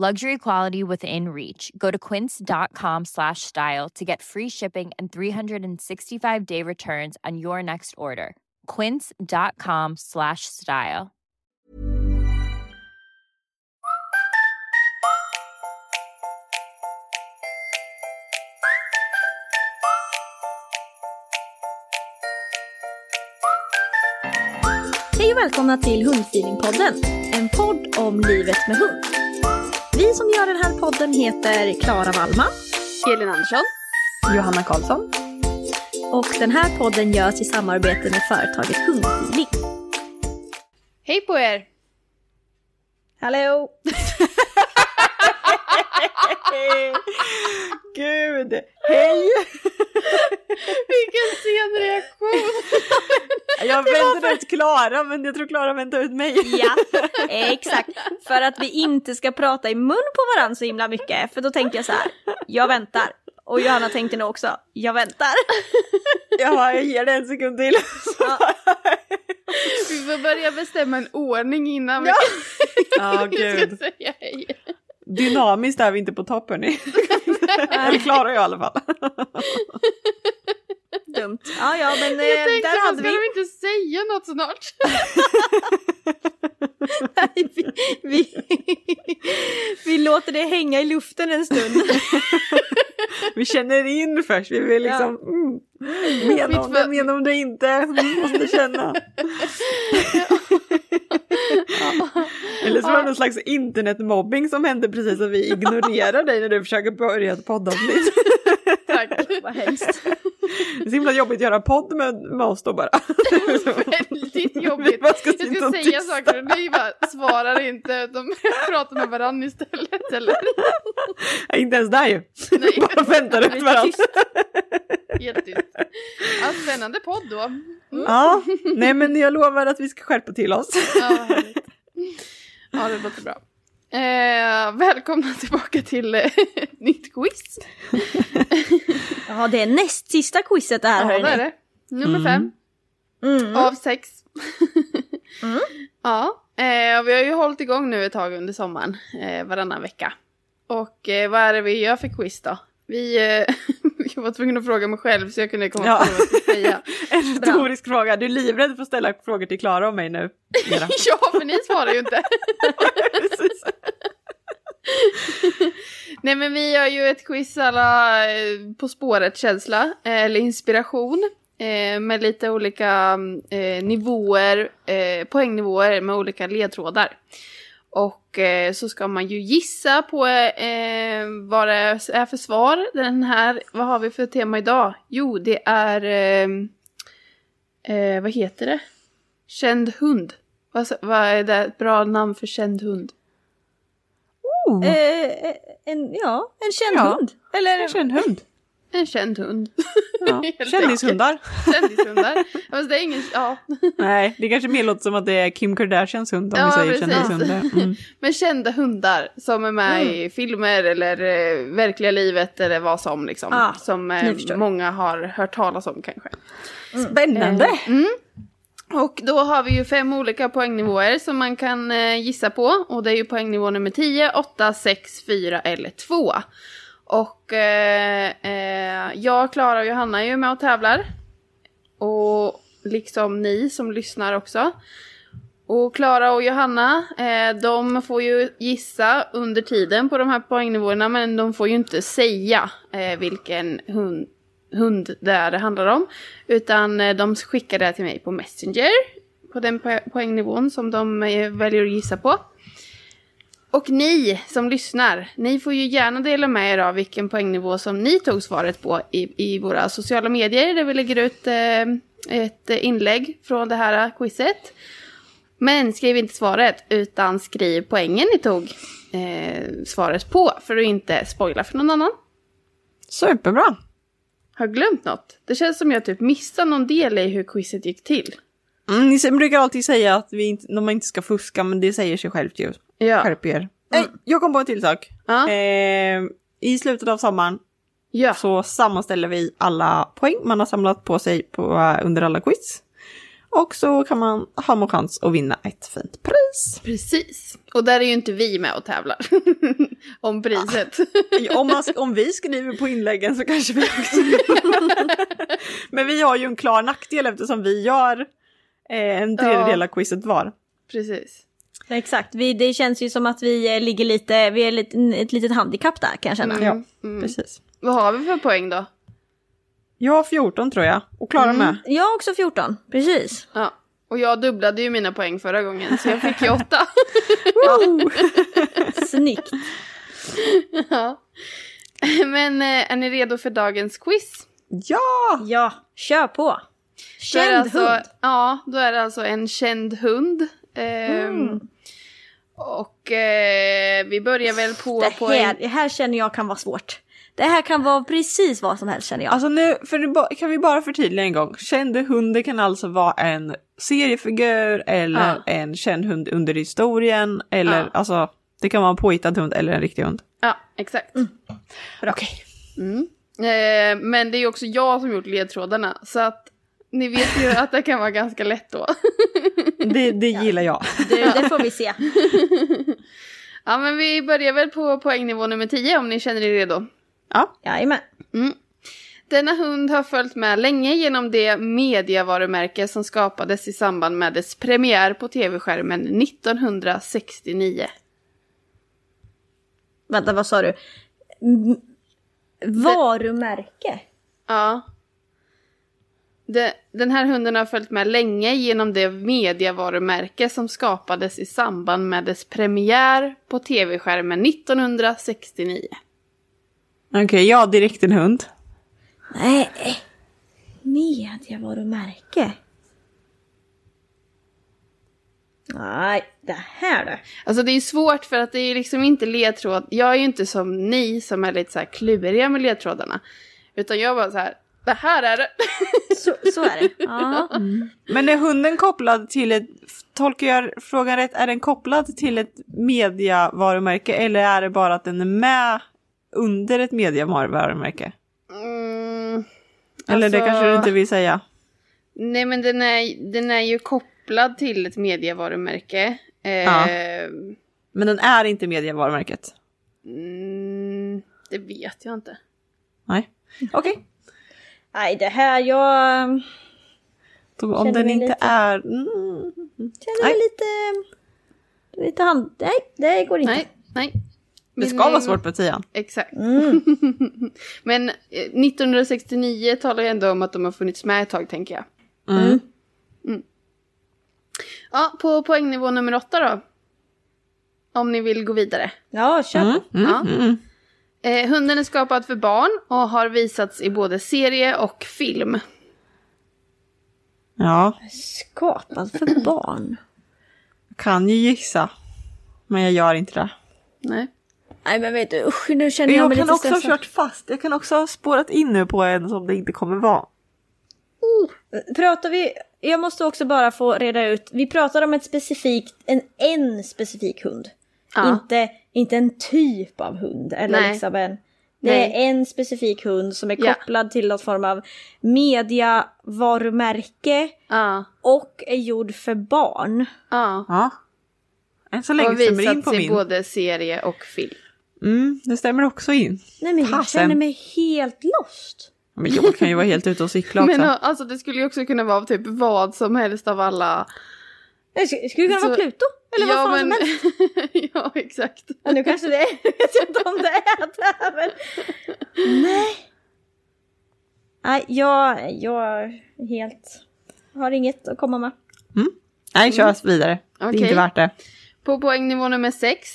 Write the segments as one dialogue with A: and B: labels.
A: Luxury quality within reach. Go to quince.com slash style to get free shipping and 365 day returns on your next order. Quince.com slash style.
B: Hej och välkomna till Hundfeelingpodden, en podd om livet med hund. Vi som gör den här podden heter Klara Wallman
C: Elin Andersson.
D: Johanna Karlsson.
B: och den här podden görs i samarbete med företaget Hundfeeling.
C: Hej på er!
B: Hallå!
D: Gud! Hej!
C: Vilken sen reaktion!
D: Jag väntade ut Klara, men jag tror Klara väntade ut mig.
B: Ja, exakt. För att vi inte ska prata i mun på varandra så himla mycket, för då tänkte jag så här, jag väntar. Och Johanna tänkte nog också, jag väntar.
D: Ja, jag ger dig en sekund till.
B: Ja,
C: Vi får börja bestämma en ordning innan vi
D: Ja,
C: ska
D: gud.
C: säga hej.
D: Dynamiskt är vi inte på topp, hörni. Eller Klara och jag i alla fall.
B: dumt. Ja, ja, men eh,
C: Jag tänkte,
B: där
C: vad
B: hade
C: ska
B: vi...
C: de inte säga något snart?
B: Nej, vi, vi, vi låter det hänga i luften en stund.
D: Vi känner in först, vi vill liksom... Mm, menar om
C: Mitt
D: det,
C: för-
D: menar om det inte. Mm, Måste känna. Eller så var det någon slags internetmobbing som hände precis att vi ignorerar dig när du försöker börja ett poddavsnitt.
C: Tack.
B: Vad hemskt.
D: Det är så himla jobbigt att göra podd med, med oss då bara.
C: Väldigt
D: Vi
C: jobbigt.
D: bara ska
C: Jag
D: sitta
C: ska
D: och
C: säga
D: tysta.
C: saker och ni bara svarar inte. De pratar med varandra istället. Eller?
D: Nej, inte ens där ju.
C: Nej.
D: Bara väntar ut varandra.
C: Jättetyst. Ja, spännande podd då. Mm.
D: Ja, nej men jag lovar att vi ska skärpa till oss.
C: Ja, vad härligt. ja det låter bra. Eh, välkomna tillbaka till eh, ett nytt quiz.
B: Ja, det är näst sista quizet det här
C: Ja, det är
B: hörni.
C: det. Nummer
D: Mm.
C: fem
B: Mm.
C: av sex.
B: Mm.
C: Ja, eh, vi har ju hållit igång nu ett tag under sommaren, eh, varannan vecka. Och eh, vad är det vi gör för quiz då? Vi, eh, jag var tvungen att fråga mig själv så jag kunde komma
D: Ja.
C: på vad jag skulle säga.
D: En retorisk fråga. Du är livrädd för att ställa frågor till Klara om mig nu. Mera.
C: ja, för ni svarar ju inte.
D: Precis.
C: Nej men vi gör ju ett quiz alla eh, På spåret-känsla, eh, eller inspiration. eh, Med lite olika eh, nivåer, eh, poängnivåer med olika ledtrådar. Och eh, så ska man ju gissa på eh, vad det är för svar. Den här, vad har vi för tema idag? Jo, det är... eh, Eh, vad heter det? Känd hund. Vad, sa- vad är det ett bra namn för känd hund?
D: Oh,
B: Eh, en, ja, en känd
D: Ja.
B: hund. Eller
D: kanske en hund.
C: En känd hund.
D: Ja.
C: Helt
D: Kändishundar.
C: enkelt. Kändishundar. Fast det är ingen, ja.
D: Nej, det kanske mer låter som att det är Kim Kardashians hund om
C: Ja,
D: vi säger
C: precis.
D: kändishundar. Mm.
C: Men kända hundar som är med i filmer eller eh, verkliga livet eller vad som liksom.
B: Ah,
C: som
B: nu
C: eh,
B: förstår jag.
C: många har hört talas om kanske.
D: Spännande!
C: Och då har vi ju fem olika poängnivåer som man kan eh, gissa på. Och det är ju poängnivå nummer 10, 8, 6, 4 eller 2. Och eh, eh, jag, Klara och Johanna är ju med och tävlar. Och liksom ni som lyssnar också. Och Klara och Johanna, eh, de får ju gissa under tiden på de här poängnivåerna men de får ju inte säga eh, vilken hund, hund det är det handlar om. Utan eh, de skickar det till mig på Messenger, på den po- poängnivån som de eh, väljer att gissa på. Och ni som lyssnar, ni får ju gärna dela med er av vilken poängnivå som ni tog svaret på i, i våra sociala medier där vi lägger ut eh, ett eh, inlägg från det här quizet. Men skriv inte svaret, utan skriv poängen ni tog eh, svaret på för att inte spoila för någon annan.
D: Superbra!
C: Har jag glömt något? Det känns som jag typ missade någon del i hur quizet gick till.
D: Mm, ni se- brukar alltid säga att vi inte, de inte ska fuska, men det säger sig självt ju.
C: Ja. Mm.
D: Skärp er. Nej, jag kom på en till sak.
C: Ja.
D: Eh, I slutet av sommaren
C: ja.
D: så sammanställer vi alla poäng man har samlat på sig på, eh, under alla quiz. Och så kan man ha en chans att vinna ett fint pris.
C: Precis. Och där är ju inte vi med och tävlar. Om priset.
D: Om, man, om vi skriver på inläggen så kanske vi också Men vi har ju en klar nackdel eftersom vi gör eh, en tredjedel av quizet var.
C: Precis.
B: Eh, Exakt, vi, det känns ju som att vi eh, ligger lite, vi är lite, ett litet handikapp där kan jag känna.
D: Ja, precis.
C: Vad har vi för poäng då?
D: Jag har 14 tror jag, och Klara med.
B: Jag har också 14, precis.
C: Ja. Och jag dubblade ju mina poäng förra gången så jag fick ju åtta.
B: Snyggt.
C: ja. Men eh, är ni redo för dagens quiz?
D: Ja!
B: Ja, kör på.
C: Då är
B: Känd
C: det alltså,
B: hund.
C: Ja, då är det alltså en känd hund. Ehm,
B: Mm.
C: Och eh, vi börjar väl på...
B: Det
C: på
B: här,
C: en,
B: det här känner jag kan vara svårt. Det här kan vara precis vad som helst känner jag.
D: Alltså nu för det ba- kan vi bara förtydliga en gång. Kände hunden kan alltså vara en seriefigur eller
C: Ja.
D: en känd hund under historien. Eller
C: Ja.
D: alltså, det kan vara en påhittad hund eller en riktig hund.
C: ja, exakt.
B: Mm.
D: Okej.
C: Eh, men det är ju också jag som gjort ledtrådarna. Så att ni vet ju att det kan vara ganska lätt då.
D: Det, det gillar jag.
B: Du, det får vi se.
C: ja, men vi börjar väl på poängnivå nummer 10 om ni känner er redo.
D: Ja.
B: Jajamän.
C: Denna hund har följt med länge genom det mediavarumärke som skapades i samband med dess premiär på tv-skärmen 1969.
B: Vänta, vad sa du? M- Varumärke?
C: Ja. De, den här hunden har följt med länge genom det mediavarumärke som skapades i samband med dess premiär på tv-skärmen 1969.
D: Okej, ja direkt en hund.
B: Nej. Mediavarumärke? Nej, det här då.
C: Alltså det är ju svårt för att det är ju liksom inte ledtråd. Jag är ju inte som ni som är lite så här kluriga med ledtrådarna. Utan jag bara så här, det här är det.
B: Så, så är det. Ja.
D: Men är hunden kopplad till ett, tolkar jag frågan rätt, är den kopplad till ett mediavarumärke eller är det bara att den är med under ett mediavarumärke?
C: Mm,
D: Eller det
C: Alltså-
D: kanske du inte vill säga?
C: nej men den är, den är ju kopplad till ett mediavarumärke. Eh,
D: Ja. Men den är inte mediavarumärket?
C: mm, det vet jag inte.
D: Nej. Okej.
B: Nej, det här jag um,
D: Då, om
B: Känner
D: den
B: mig
D: inte
B: lite-
D: är... Mm,
B: känner
D: Nej.
B: mig lite... Lite hand... Nej, det går inte.
C: Nej, nej.
D: det
C: Vill
D: ska
C: ni-
D: vara svårt på tian.
C: Exakt.
B: Mm.
C: Men eh, 1969 talar ju ändå om att de har funnits med ett tag tänker jag.
D: Mm.
C: Ja, på poängnivå nummer åtta då. Om ni vill gå vidare.
B: Ja, kör.
D: Mm, mm,
C: Ja.
D: mm, mm.
C: Eh, hunden är skapad för barn och har visats i både serie och film.
D: Ja,
B: Skapad för barn.
D: jag kan ju gissa. Men jag gör inte det.
C: Nej.
E: Nej men vet du, usch nu känner
D: Jag,
E: jag, mig
D: kan
E: lite
D: också ha
E: stressad.
D: kört fast. Jag kan också ha spårat in nu på en som det inte kommer vara.
E: Pratar vi... Jag måste också bara få reda ut. Vi pratar om ett specifikt, en, en specifik hund.
C: Ja.
E: Inte, inte en typ av hund. Eller
C: Nej.
E: liksom en, det
C: Nej.
E: är en specifik hund som är
C: Ja.
E: kopplad till något form av mediavarumärke
C: Ja.
E: och är gjord för barn.
C: Ja.
D: Ja. Än så
C: Och
D: länge stämmer det in på
C: visats i
D: min.
C: både serie och film.
D: Mm, det stämmer också in.
E: Nej men jag
D: Fasen.
E: känner mig helt lost.
D: Ja, Men jag kan ju vara helt ute och cykla också.
C: Men ja, alltså det skulle ju också kunna vara typ vad som helst av alla.
E: Det sk- skulle kunna
C: Så-
E: vara Pluto. Eller vad
C: Alltså, ja,
E: fan som
C: men...
E: helst.
C: ja, exakt.
E: Ja, nu kanske det är, jag vet inte om det är det men... Nej. Nej, jag, jag är helt... Har inget att komma med.
D: Nej, kör vidare. Det är
C: Okej.
D: inte värt det.
C: På poängnivå nummer sex.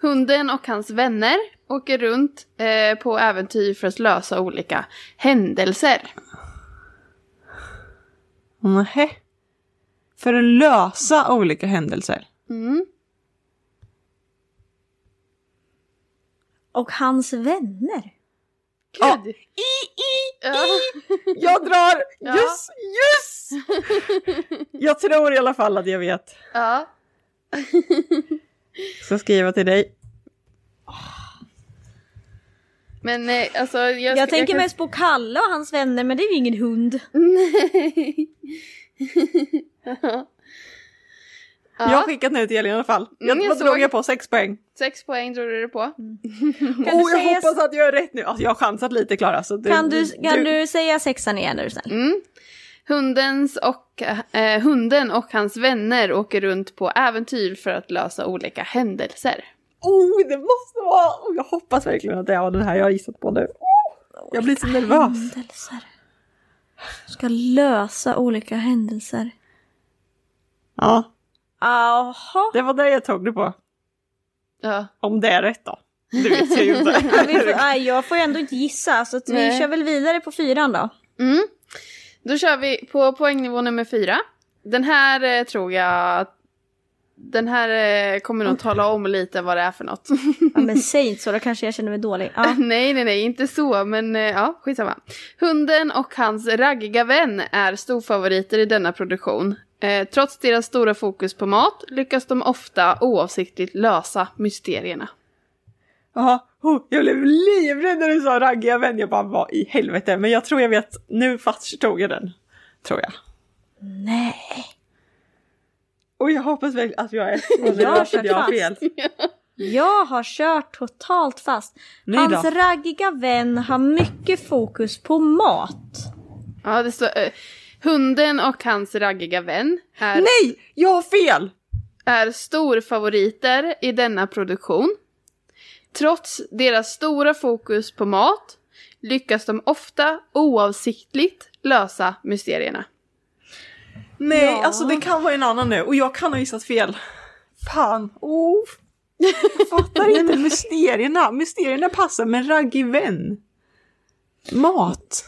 C: Hunden och hans vänner åker runt eh, på äventyr för att lösa olika händelser.
D: Nähä. För att lösa olika händelser.
C: Mm.
E: Och hans vänner.
C: Ja. Ja.
D: Jag drar!
C: Ja.
D: Yes! Yes! Jag tror i alla fall att jag vet.
C: ja.
D: Ska skriva till dig.
C: Men eh, alltså...
E: Jag,
C: Jag,
E: tänker
C: kan-
E: mest på Kalle och hans vänner men det är ju ingen hund.
C: Nej. ja.
D: Jag har skickat nu till Elin i alla fall. Jag,
C: Mm, jag
D: vad drog
C: såg.
D: jag på? Sex poäng.
C: Sex poäng drog du det på.
E: Kan
D: oh,
E: du
D: jag
E: säga,
D: hoppas att jag är rätt nu. Alltså, jag har chansat lite Klara. Så du,
E: kan du, kan du säga sexan igen är du snäll?
C: Mm. Hundens och, eh, hunden och hans vänner åker runt på äventyr för att lösa olika händelser.
D: Oh, det måste vara! Oh, jag hoppas verkligen att det var den här jag har gissat på nu. Oh, jag blir så nervös.
E: Händelser. Ska lösa olika händelser.
D: Ja,
E: Jaha.
D: det var det jag tog det på.
C: Ja.
D: Om det är rätt då. Det vet jag ju
E: Ja, vi får,
D: inte.
E: nej, jag får ju ändå inte gissa så att vi
C: Nej.
E: kör väl vidare på fyran då.
C: Mm. Då kör vi på poängnivå nummer fyra. Den här eh, tror jag... Den här eh, kommer nog tala om lite vad det är för något.
E: Ja, men säg inte så, då kanske jag känner mig dålig. Ja.
C: nej, nej, nej, inte så, men eh, ja, skitsamma. Hunden och hans raggiga vän är storfavoriter i denna produktion. Eh, trots deras stora fokus på mat lyckas de ofta oavsiktligt lösa mysterierna.
D: Jaha, oh, jag blev livrädd när du sa raggiga vän. Jag bara, vad i helvete? Men jag tror jag vet. Nu förstod jag den. Tror jag.
E: Nej.
D: Och jag hoppas verkligen att jag är så nervös
E: har
D: att
E: kört
D: jag har
E: fast.
D: fel.
E: Jag har kört totalt fast.
D: Nej då.
E: Hans raggiga vän har mycket fokus på mat.
C: Ja, det står... Eh, hunden och hans raggiga vän är,
D: Nej, jag har fel!
C: är storfavoriter i denna produktion. Trots deras stora fokus på mat lyckas de ofta oavsiktligt lösa mysterierna.
D: Nej,
E: Ja.
D: alltså det kan vara en annan nu och jag kan ha gissat fel. Fan, oh. Jag fattar inte mysterierna. Mysterierna passar men raggig vän. Mat.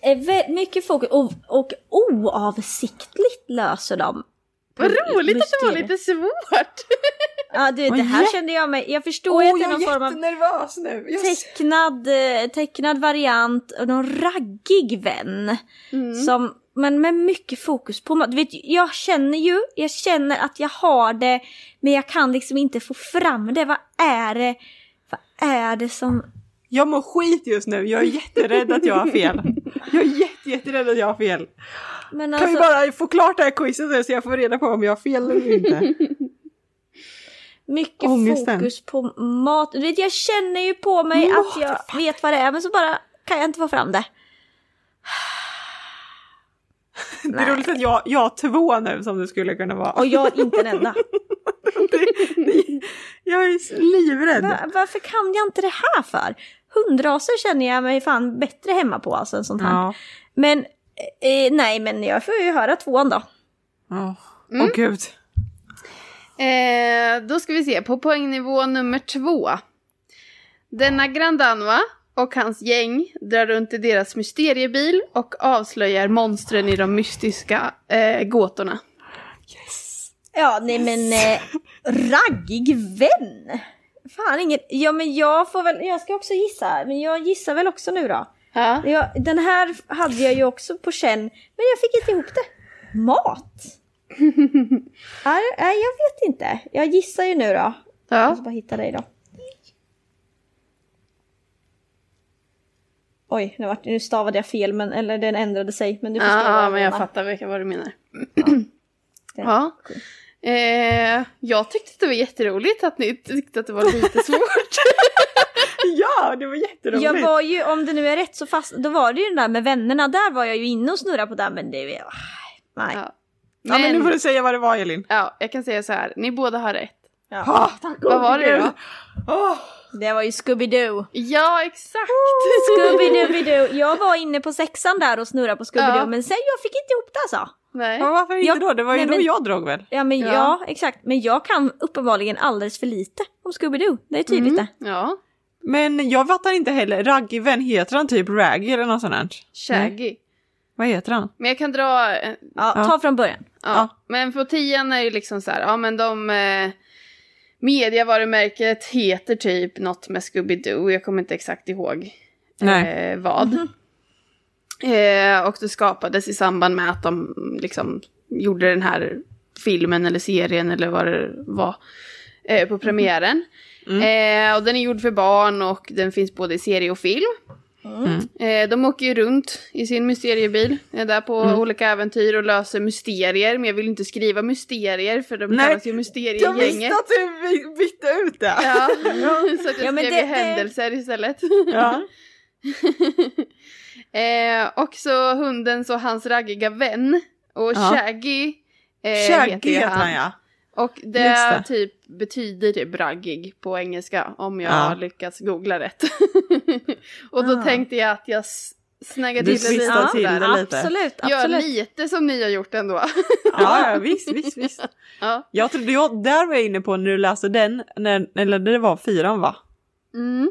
E: Är Eh, vä- Mycket fokus och, och oavsiktligt löser de.
C: Vad roligt att det var
E: mysterier.
C: lite svårt!
E: Ja, du, det
D: Vad
E: här
D: jä-
E: kände jag mig... Jag förstår
D: Åh,
E: ju att det
D: Oh, jag
E: är
D: är
E: någon form av
D: jättenervös nu. Jag...
E: tecknad, eh, tecknad variant och någon raggig vän.
D: Mm.
E: Som, men med mycket fokus på mat. Du vet, jag känner ju, jag känner att jag har det men jag kan liksom inte få fram det. Vad är det, vad är det som...
D: jag mår skit just nu. Jag är jätterädd att jag har fel. Jag är jätte, jätterädd att jag har fel.
E: Men
D: Kan vi
E: alltså,
D: bara få klart det här quizet nu så jag får reda på om jag har fel eller inte?
E: mycket
D: Ångesten.
E: fokus på mat. Du vet, jag känner ju på mig
D: Mat,
E: att jag vet vad det är men så bara kan jag inte få fram det.
D: Det är roligt att jag, jag har två nu som det skulle kunna vara.
E: Och jag är inte en enda.
D: Jag är livrädd.
E: Va- varför kan jag inte det här för? Hundraser känner jag mig fan bättre hemma på alltså än sånt här.
D: Ja.
E: Men eh, nej, men jag får ju höra tvåan då.
D: Åh
E: Mm.
D: Åh, gud.
C: Eh, då ska vi se, på poängnivå nummer två. Denna Grandanva och hans gäng drar runt i deras mysteriebil och avslöjar monstren i de mystiska eh, gåtorna.
E: Ja, nej men eh, raggig vän. fan ingen... Ja men jag får väl, jag ska också gissa här, men jag gissar väl också nu då.
C: Ja.
E: Jag, den här hade jag ju också på känn, men jag fick inte ihop det. Mat? Nej, nej, jag vet inte. Jag gissar ju nu då. Jag måste
C: ja.
E: bara hitta dig då. Oj, nu, vart, nu stavade jag fel, men, eller den ändrade sig. Men du förstår vad
C: Ja, men jag
E: menar.
C: fattar vilka vad du menar.
E: Det-
C: Ja. Eh, jag tyckte att det var jätteroligt att ni tyckte att det var lite svårt.
D: Ja, det var jätteroligt.
E: Jag var ju, om det nu är rätt så fast, då var det ju den där med vännerna, där var jag ju inne och snurrade på den men det, ah, nej.
C: Ja.
D: Ja, men nu får du säga vad det var Elin.
C: ja, jag kan säga så här, ni båda har rätt.
D: Ah, tack
C: Vad var det då?
E: Det var ju Scooby-Doo.
C: Ja, exakt!
E: Scooby-Dooby-Doo. Jag var inne på sexan där och snurrade på Scooby-Doo
C: Ja.
E: men sen jag fick inte ihop det alltså.
C: Nej.
D: Ja, varför inte
E: Jag-
D: då? Det var ju
E: Nej,
D: då
E: men-
D: jag drog väl?
E: Ja men
C: Ja.
E: ja. exakt. Men jag kan uppenbarligen alldeles för lite om Scooby-Doo. Det är tydligt det.
C: Ja,
D: Men jag fattar inte heller. Raggiven, heter han typ Raggy eller något sånt? här?
C: shaggy.
D: Vad heter han?
C: Men jag kan dra eh,
E: Ja,
D: Ja.
E: Ta från början.
C: Ja.
D: Ja.
C: Men på tian är ju liksom så här, ja men de... Eh, mediavarumärket heter typ något med Scooby-Doo, jag kommer inte exakt ihåg
D: Nej. Mhm.
C: Eh, vad. Eh, och det skapades i samband med att de liksom gjorde den här filmen eller serien eller vad det var eh, på premiären.
D: Mhm. Mm.
C: Eh, och den är gjord för barn och den finns både i serie och film.
D: Mm.
C: Eh, de åker ju runt i sin mysteriebil, är där på
D: Mm.
C: olika äventyr och löser mysterier. Men jag vill inte skriva mysterier för de
D: Nej,
C: kallas ju
D: Jag visste
C: mysteriegänget.
D: att du by- bytte ut det!
C: Ja, så att jag
E: Ja, men
C: skrev
E: det-
C: ju händelser istället.
D: Ja.
C: eh, och så hunden så hans raggiga vän. Och
D: Ja.
C: Shaggy, eh,
D: Shaggy heter han ja.
C: Och det,
D: Just det.
C: typ betyder typ raggig på engelska om jag
D: Ja.
C: har lyckats googla rätt. och då
E: Ah.
C: tänkte jag att jag s- snaggar
D: Du
C: till det
D: twistar
C: lite
D: till
C: där.
D: det lite.
E: Absolut,
C: Gör
E: absolut.
C: lite som ni har gjort ändå.
D: Ja, ja visst, visst, visst.
C: ja.
D: Jag trodde jag, där var jag inne på när du läste den, när, eller det var fyran va?
C: mm.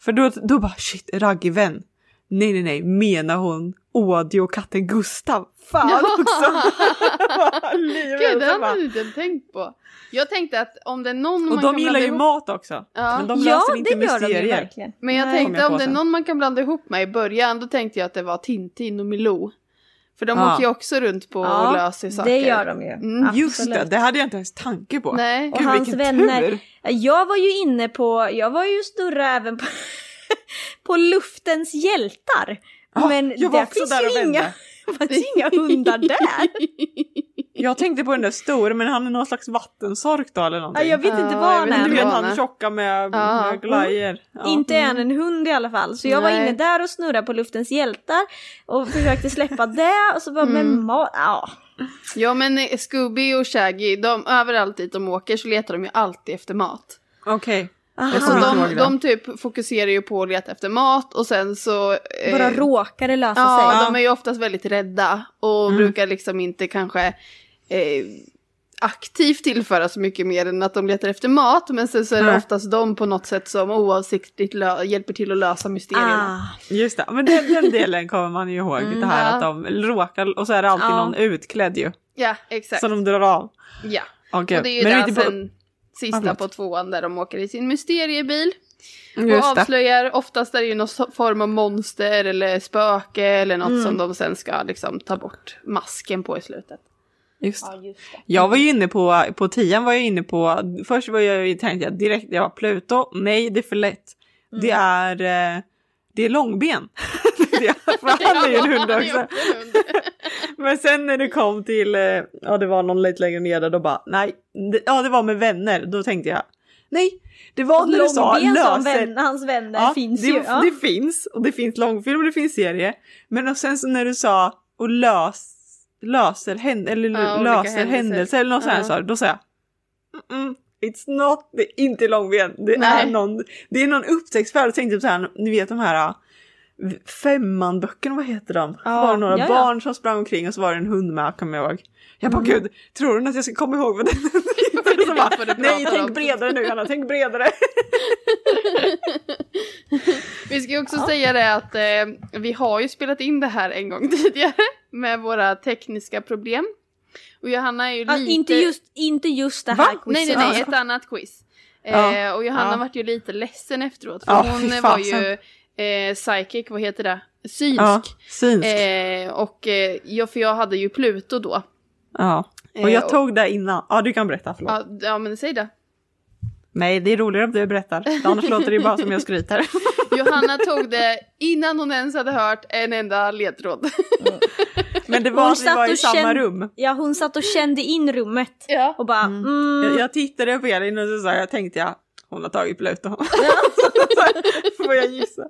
D: För då, då bara shit, Raggiven. Nej, nej, nej, menar hon Ådi och katten Gustav? Fan
C: Ja.
D: också!
C: Gud,
D: Livet,
C: det
D: så
C: hade
D: bara-
C: jag inte tänkt på. Jag tänkte att om det är någon man
D: och
C: kan
D: de
C: blanda
D: gillar ju
C: ihop...
D: mat också.
C: Ja.
D: Men de löser
E: ja,
D: inte
E: det gör de ju
D: mysterier.
E: verkligen.
C: Men jag
E: Nej.
C: tänkte
D: Kom jag
C: om
D: på
C: det är
D: sen.
C: någon man kan blanda ihop med i början, då tänkte jag att det var Tintin och Milou. För de
D: Ja.
C: åker ju också runt på och löser saker.
E: det gör de ju.
C: Mm,
D: Just det,
E: Absolut.
D: det hade jag inte ens tanke på.
C: Nej.
E: Och
D: Gud,
E: hans
D: vilken
E: vänner.
D: tur!
E: Jag var ju inne på, jag var ju snurra även på, på luftens hjältar.
D: Ja,
E: Men
D: jag var
E: det
D: också
E: finns
D: där och
E: ju inga,
D: vände.
E: det finns inga hundar där.
D: Jag tänkte på den där stora, men han är någon slags vattensork då eller
E: Ja,
D: någonting.
E: jag vet inte
C: Ja,
E: vad
C: jag
E: han
C: vet
E: är.
D: Du
C: inte
D: vet
E: men-
C: vad-
D: han tjocka med,
C: Ja.
D: med glajer. Ja. Mm.
E: Inte än en hund i alla fall. Så jag var
C: Nej.
E: inne där och snurrade på luftens hjältar och försökte släppa det och så bara, men
C: Mm.
E: mat, ja.
C: Ja men eh, Scooby och Shaggy, de, överallt dit de åker så letar de ju alltid efter mat.
D: Okej. Jag
C: Så
D: kommer inte
C: de,
D: ihåg det.
C: de typ fokuserar ju på att leta efter mat och sen så... eh,
E: Bara råkade lösa sig. Ah.
C: Ja,
D: Ja. Mm.
C: de är ju oftast väldigt rädda och brukar liksom inte kanske eh, aktivt tillföra så mycket mer än att de letar efter mat. Men sen så är det
D: Nej.
C: oftast de på något sätt som oavsiktligt lö- hjälper till att lösa mysterierna.
E: Ah.
D: Just det, men den, den delen kommer man ju ihåg. det
C: Mm,
D: här
C: ja.
D: att de råkar, och så är det alltid
E: Ja.
D: någon utklädd ju.
C: Ja, exakt.
D: Som de drar av.
C: Ja,
D: Åh, gud.
C: och det är ju
D: Men
C: där
D: inte på-
C: sen
D: Ja,
C: sista
D: förlåt.
C: på tvåan där de åker i sin mysteriebil.
D: Just
C: och
D: det.
C: avslöjar, oftast är det ju någon so- form av monster eller spöke eller
D: Mm.
C: något som de sen ska liksom ta bort masken på i slutet.
D: Just. Jag var ju inne på, på tian var jag inne på, först var jag ju, tänkte jag direkt, jag var Pluto, nej det är för lätt. Det
C: Mm.
D: är, eh, det är långben. Det är- För han är ju en hund
C: Ja, det är
D: också.
C: också en hund.
D: Men sen när det kom till, eh, ja det var någon lite längre ner där, då bara nej, det, ja det var med vänner, då tänkte jag nej, det var när du sa
E: Långben som
D: löser.
E: vän, hans vänner finns
D: det,
E: ju. Ja.
D: det finns, och det finns långfilm och det finns serie. Men och sen så när du sa och lös, löser, hän, eller
C: Ja, olika
D: löser
C: händelser.
D: händelser eller något sånt här,
C: Ja.
D: sa du, då sa jag mm It's not, det är inte långben. Det
C: Nej.
D: är någon, det är någon upptäcktsfärd. Jag tänkte typ så här, ni vet de här äh, femmanböckerna, vad heter de?
E: Ja,
D: det var några
E: ja, ja.
D: barn som sprang omkring och så var det en hund med, kommer jag ihåg. Jag bara
E: Mm.
D: gud, tror du att jag ska komma ihåg vad den
C: det är
D: Så bara,
C: därför du
D: Nej,
C: pratar
D: tänk
C: om-
D: bredare nu Anna, tänk bredare.
C: Vi ska ju också säga det att eh, vi har ju spelat in det här en gång tidigare med våra tekniska problem. Och Johanna är ju
E: Ja,
C: lite...
E: inte, just, inte just det
D: Va?
E: här
C: Nej, nej,
E: quizet.
C: nej, ett annat quiz. Eh, och Johanna
D: Ja.
C: vart ju lite ledsen efteråt. För
D: Ja,
C: hon
D: fy
C: var
D: fasen.
C: ju eh, psychic, vad heter det? Synsk.
D: Ja, synsk.
C: Eh, och eh, ja, för jag hade ju Pluto då.
D: ja. Och
C: eh,
D: jag tog det innan. Ja, du kan berätta. Förlåt.
C: Ja, ja men säg det.
D: Nej, det är roligare om du berättar. Annars låter det ju bara som jag skryter.
C: Johanna tog det innan hon ens hade hört en enda ledtråd.
D: Men det var
E: Hon
D: att vi
E: satt
D: var i
E: och
D: samma
E: känn-
D: rum.
E: Ja, hon satt och kände in rummet
C: Ja.
E: och bara mm.
D: Jag, jag tittade på Elin och så sa jag, tänkte jag, hon har tagit Pluto. Så Får jag gissa?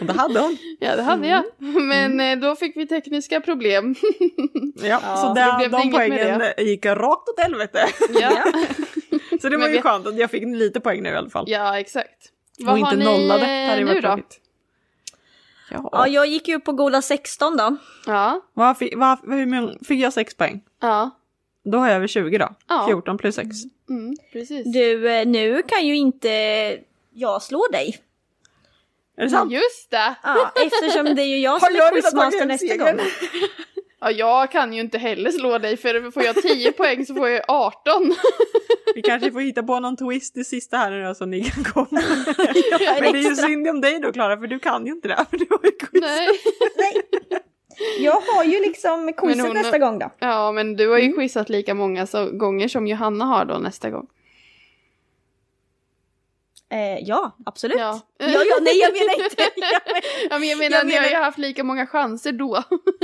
D: Och det hade hon.
C: Ja det hade jag.
E: Mm.
C: Men eh, då fick vi tekniska problem.
D: Ja, så
C: så det
D: där,
C: blev
D: de
C: inget med
D: poängen gick rakt åt helvete.
C: ja.
D: Så det var
C: Men
D: ju
C: vi-
D: skönt att jag fick lite poäng nu i alla fall.
C: ja exakt.
D: och inte nollade. hade
C: eh,
D: varit
C: nu då?
D: tråkigt. Ja.
E: Ja, jag gick ju upp på goda 16 då.
C: Ja.
D: Vad fick, vad, hur många, fick jag 6 poäng?
C: Ja.
D: Då har jag över 20 då.
C: Ja.
D: 14 plus 6.
C: Mm, precis.
E: Du, eh, nu kan ju inte jag slå dig.
D: Är det sant?
C: Just det.
E: Ja, eftersom det är ju jag som är quizmaster nästa gång.
C: Ja, jag kan ju inte heller slå dig för får jag 10 poäng så får jag 18.
D: Vi kanske får hitta på någon twist i sista här nu då så ni kan komma. Men det är ju synd om dig då Klara för du kan ju inte det här för du har ju quiz.
C: Nej.
E: Jag har ju liksom
C: Men hon- nästa
E: gång då.
C: Ja, men du har
E: Mm.
C: ju quizat lika många så gånger som Johanna har då nästa gång.
E: Eh, ja, absolut.
C: Ja.
E: Ja. Ja, nej jag menar inte. Jag
C: Ja, men jag menar,
E: Jag
C: ni har ju
E: menar-
C: haft lika många chanser då.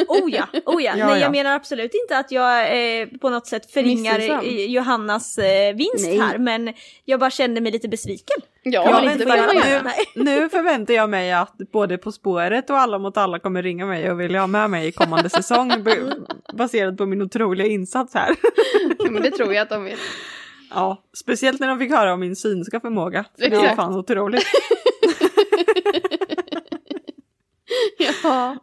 E: Oh ja, oh ja.
D: Ja,
E: Nej,
D: ja.
E: jag menar absolut inte att jag eh, på något sätt förringar
C: Missunnsam.
E: eh, Johannas eh, vinst
C: Nej.
E: här, men jag bara kände mig lite besviken.
C: Ja,
E: men
C: men
E: inte
C: det kan
E: bara-
C: man göra.
D: nu, nu förväntar jag mig att både På spåret och Alla mot alla kommer ringa mig och vilja ha med mig i kommande säsong b- baserat på min otroliga insats här.
C: Ja, men det tror jag att de vill.
D: Ja, speciellt när de fick höra om min synska förmåga. För Det är
C: Exakt.
D: fan otroligt.
C: Ja.
D: Ja,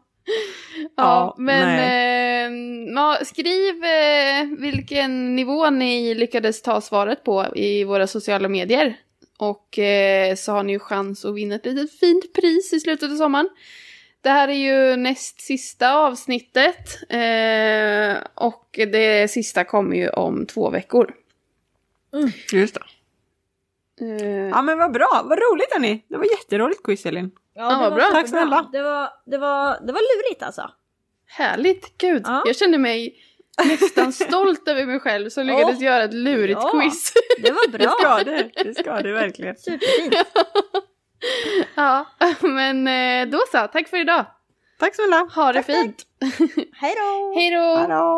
C: Ja, men eh, ja, skriv eh, vilken nivå ni lyckades ta svaret på i våra sociala medier. Och eh, så har ni ju chans att vinna ett litet fint pris i slutet av sommaren. Det här är ju näst sista avsnittet. Eh, och det sista kommer ju om två veckor. Mm.
D: Just det.
C: Eh,
D: Ja men vad bra, vad roligt hörni. Det var jätteroligt quiz Elin.
E: Ja,
C: vad bra.
D: Tack snälla.
E: Det var, det, var, det var lurigt alltså.
C: Härligt, gud.
E: Ja.
C: Jag känner mig nästan stolt över mig själv som lyckades
E: Åh,
C: göra ett lurigt
E: ja.
C: quiz.
E: Det var
D: Det ska
E: bra.
D: du, det ska du verkligen.
E: Superfint.
C: Ja, men eh, då så. Tack för idag.
D: Tack snälla.
C: Ha det fint.
E: Hej då!
C: Hej då!
D: Hallå.